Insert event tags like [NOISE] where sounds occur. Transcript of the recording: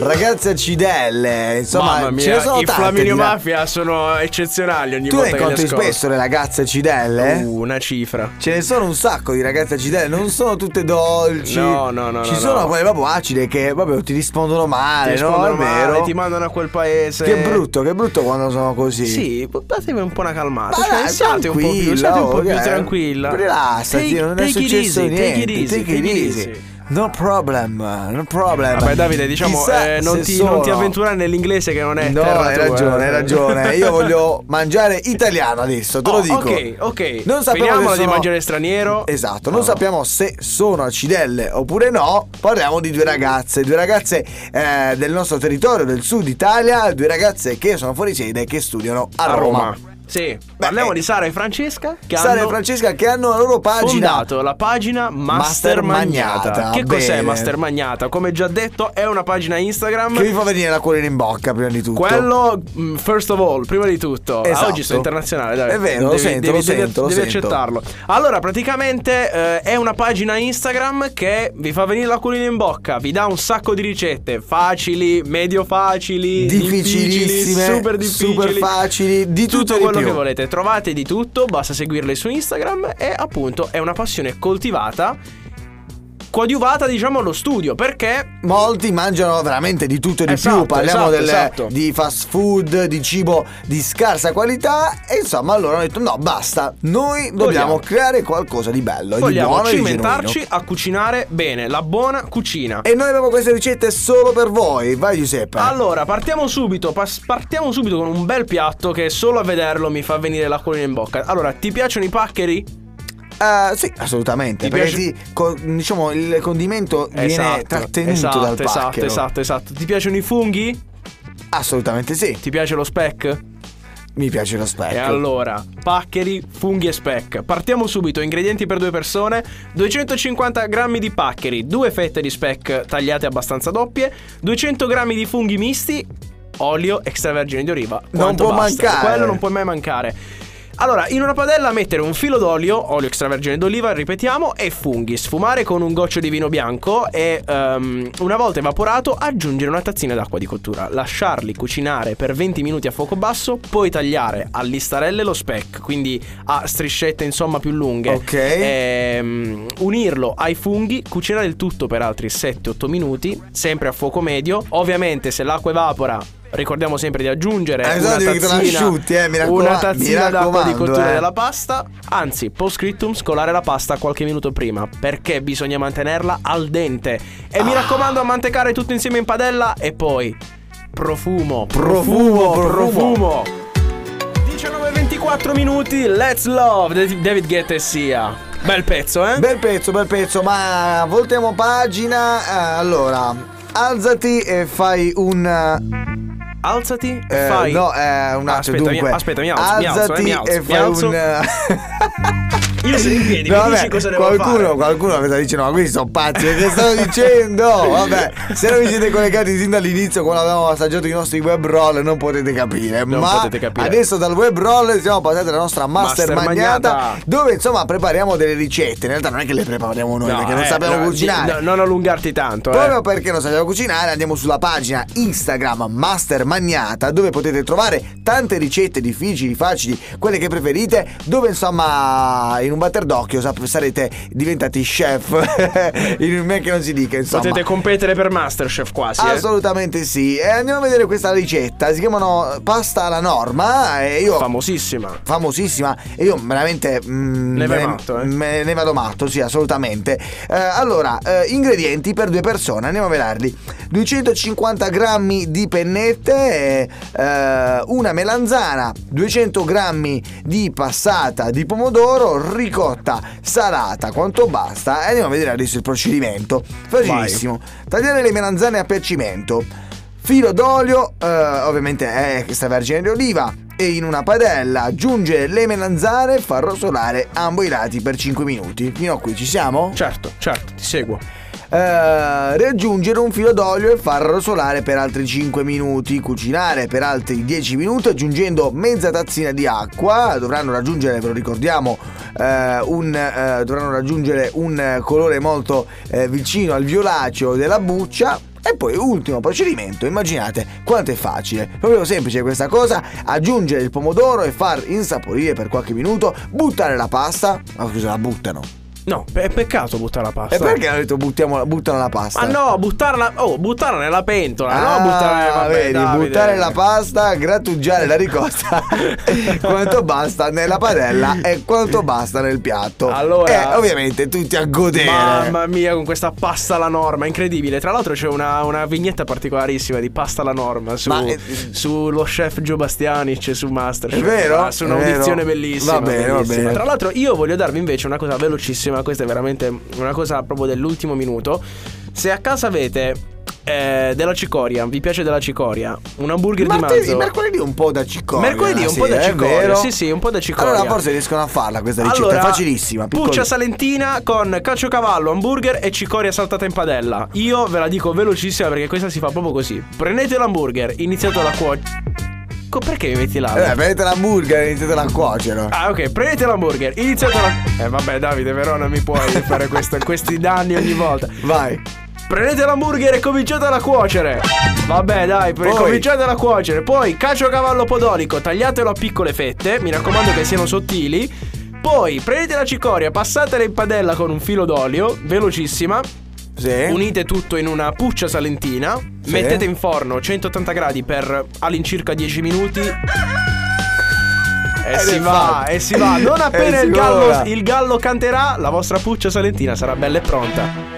Ragazze accidelle, insomma, Mamma mia, ce ne sono i tante Flaminio di- Mafia sono eccezionali ogni Tu le volta che incontri li ascolto. spesso eh? le ragazze accidelle? Uh, una cifra. Ce ne sono un sacco di ragazze accidelle, non sono tutte dolci. No, no, no, Ci no, sono no. quelle proprio acide che proprio ti rispondono Ti male, rispondono no? È male, vero. ti mandano a quel paese. Che brutto, che brutto quando sono così. Sì, datevi un po' una calmata. Ma Cioè, dai, siate un po' più, siate un po' più tranquilla, oh, tranquilla. Rilassati, Take- non è take it successo easy, niente. Take it easy, take it easy. No problem, no problem. Vabbè Davide diciamo Chissà eh, non, se ti, non ti sono- avventurare nell'inglese che non è No, terra hai tua, ragione, eh. hai [LAUGHS] ragione. Io voglio mangiare italiano adesso, te Oh, lo dico. Ok, ok. Non sappiamo Finiamola se di sono- mangiare straniero. Esatto, non sappiamo se sono accidelle oppure no. Parliamo di due ragazze, due ragazze eh, del nostro territorio, del sud Italia, due ragazze che sono fuori sede e che studiano a, A Roma. Roma. Sì. Parliamo eh. di Sara e Francesca che Sara e hanno Francesca che hanno la loro pagina. fondato la pagina Master Master Magnata. Magnata. Che cos'è Bene. Master Magnata? Come già detto, è una pagina Instagram. Che mi fa venire la cuore in bocca prima di tutto. Quello, mm, first of all, prima di tutto, Ah, Esatto. oggi sono internazionale, dai. È vero, lo devi, sento, devi- lo devi- sento, lo devi sento. accettarlo. Allora, praticamente eh, è una pagina Instagram che vi fa venire la culina in bocca, vi dà un sacco di ricette facili, medio facili, difficilissime, difficili, super difficili, super facili, di tutto, tutto e di quello più. che volete. Trovate di tutto, basta seguirle su Instagram e appunto è una passione coltivata coadiuvata, diciamo, allo studio, perché Molti mangiano veramente di tutto e di Esatto, più, parliamo esatto, delle- esatto. di fast food, di cibo di scarsa qualità e insomma allora hanno detto no basta, noi dobbiamo Vogliamo. creare qualcosa di bello, e di Vogliamo buono e di cimentarci genuino. a cucinare bene, la buona cucina. E noi abbiamo queste ricette solo per voi, vai Giuseppe. Allora, partiamo subito, pas- partiamo subito con un bel piatto che solo a vederlo mi fa venire l'acquolina in bocca. Allora, ti piacciono i paccheri? Eh, sì, assolutamente, Ti perché piace- ti- co- diciamo il condimento viene trattenuto esatto, dal esatto, pacchero. esatto, esatto. Ti piacciono i funghi? Assolutamente sì, Ti piace lo speck? mi piace lo specchio. E allora, paccheri, funghi e speck. Partiamo subito, ingredienti per due persone, 250 grammi di paccheri, due fette di speck tagliate abbastanza doppie, 200 grammi di funghi misti, olio extravergine di oliva. Quanto può basta. mancare. Quello non può mai mancare. Allora, in una padella mettere un filo d'olio, olio extravergine d'oliva, ripetiamo, e funghi. Sfumare con un goccio di vino bianco e ehm, una volta evaporato aggiungere una tazzina d'acqua di cottura. Lasciarli cucinare per 20 minuti a fuoco basso, poi tagliare a listarelle lo speck, quindi a striscette insomma più lunghe. Ok. Ehm, unirlo ai funghi, cucinare il tutto per altri 7-8 minuti, sempre a fuoco medio. Ovviamente se l'acqua evapora Ricordiamo sempre di aggiungere Eh, una esatto, devi tazzina, asciutti, eh, mi raccoma- una mi tazzina d'acqua di raccomando, cottura eh. della pasta. Anzi, post scriptum scolare la pasta qualche minuto prima, perché bisogna mantenerla al dente. E Ah. mi raccomando, a mantecare tutto insieme in padella e poi profumo, Profumo, profumo, profumo. profumo. 19:24 minuti, let's love David- David Guetta e Sia. Bel pezzo, eh? Bel pezzo, bel pezzo, ma voltiamo pagina. Eh, allora, alzati e fai un. Alzati e eh, fai. No, eh, un attimo. Aspetta, mi- dunque, aspetta, mi alzo, mi alzo, eh, Alzati mi alzo, e mi fai alzo. un. eh, [LAUGHS] Io sono in piedi, No, mi dici vabbè, cosa devo qualcuno, fare. qualcuno cosa dice? No, questi sono pazzi. eh, Che stavo dicendo? [LAUGHS] Vabbè, se non vi siete collegati sin dall'inizio, quando avevamo assaggiato i nostri web roll, non potete capire. Non ma potete capire. adesso dal web roll siamo passati alla nostra master, Master magnata, magnata. dove insomma prepariamo delle ricette. In realtà non è che le prepariamo noi, perché non eh, sappiamo no, cucinare. di- no, non allungarti tanto, eh. Proprio perché non sappiamo cucinare, andiamo sulla pagina Instagram Master Magnata, dove potete trovare tante ricette difficili, facili, quelle che preferite, dove insomma in un batter d'occhio sap- sarete diventati chef, [LAUGHS] in un men che non si dica insomma. Potete competere per Masterchef quasi. Ah, eh. Assolutamente sì. E andiamo a vedere questa ricetta, si chiamano pasta alla norma e io Famosissima. famosissima e io veramente mm, Ne vai me- matto, eh. me ne vado matto sì assolutamente Eh, allora eh, ingredienti per due persone andiamo a vederli 250 grammi di pennette eh, eh, una melanzana 200 grammi di passata di pomodoro ricotta salata quanto basta e andiamo a vedere adesso il procedimento facilissimo tagliare le melanzane a piacimento Filo d'olio, eh, ovviamente eh, è extravergine di oliva, e in una padella aggiungere le melanzane e far rosolare ambo i lati per 5 minuti. Fino a qui ci siamo? Certo, certo, ti seguo. Eh, riaggiungere un filo d'olio e far rosolare per altri 5 minuti, cucinare per altri 10 minuti aggiungendo mezza tazzina di acqua, dovranno raggiungere, ve lo ricordiamo, eh, un, eh, dovranno raggiungere un eh, colore molto eh, vicino al violaceo della buccia E poi ultimo procedimento, immaginate quanto è facile. Proprio semplice questa cosa, aggiungere il pomodoro e far insaporire per qualche minuto, buttare la pasta, ma scusa, la buttano. No, pe- è peccato buttare la pasta. E perché hanno detto buttiamo, buttano la pasta? Ma no, buttarla. Oh, buttarla nella pentola. no, buttarla nella vabbè, Ah, vedi, Davide. eh. buttare la pasta, grattugiare la [LAUGHS] ricotta quanto basta nella padella e quanto basta nel piatto. Allora- e ovviamente tutti a godere. Mamma mia, con questa pasta alla norma, incredibile. Tra l'altro c'è una, una vignetta particolarissima di pasta alla norma su, Ma, eh, sullo chef Gio Bastianic e su Masterchef. È vero, Ah, Su è un'audizione vero. bellissima. Va bene, va bellissima. bene. Tra l'altro io voglio darvi invece una cosa velocissima, questa è veramente una cosa proprio dell'ultimo minuto. Se a casa avete eh, della cicoria, vi piace della cicoria, un hamburger Martedì, di manzo. mercoledì un po' da cicoria. Mercoledì un sì, eh, po' da è cicoria, vero. sì, sì, un po' da cicoria. Allora forse riescono a farla questa ricetta, è facilissima. Puccia piccolina. salentina con caciocavallo, hamburger e cicoria saltata in padella. Io ve la dico velocissima perché questa si fa proprio così. Prendete l'hamburger, iniziate a cuocere. Perché mi metti là? Allora, prendete l'hamburger e iniziatela a cuocere. Ah, ok, prendete l'hamburger, iniziate la. Eh, vabbè, Davide, però non mi puoi fare questo- questi danni ogni volta. Vai. Prendete l'hamburger e cominciatela a cuocere. Vabbè, dai, per- Poi? cominciatela a cuocere. Poi caciocavallo podolico, tagliatelo a piccole fette, mi raccomando che siano sottili. Poi prendete la cicoria, passatela in padella con un filo d'olio, velocissima. Sì. Unite tutto in una puccia salentina. Eh? Sì. Mettete in forno 180 gradi per all'incirca 10 minuti. E Ed si è va, fatto. e si va. [LAUGHS] Non E appena Eh, si il gallo, vola. il gallo canterà, la vostra puccia salentina sarà bella e pronta.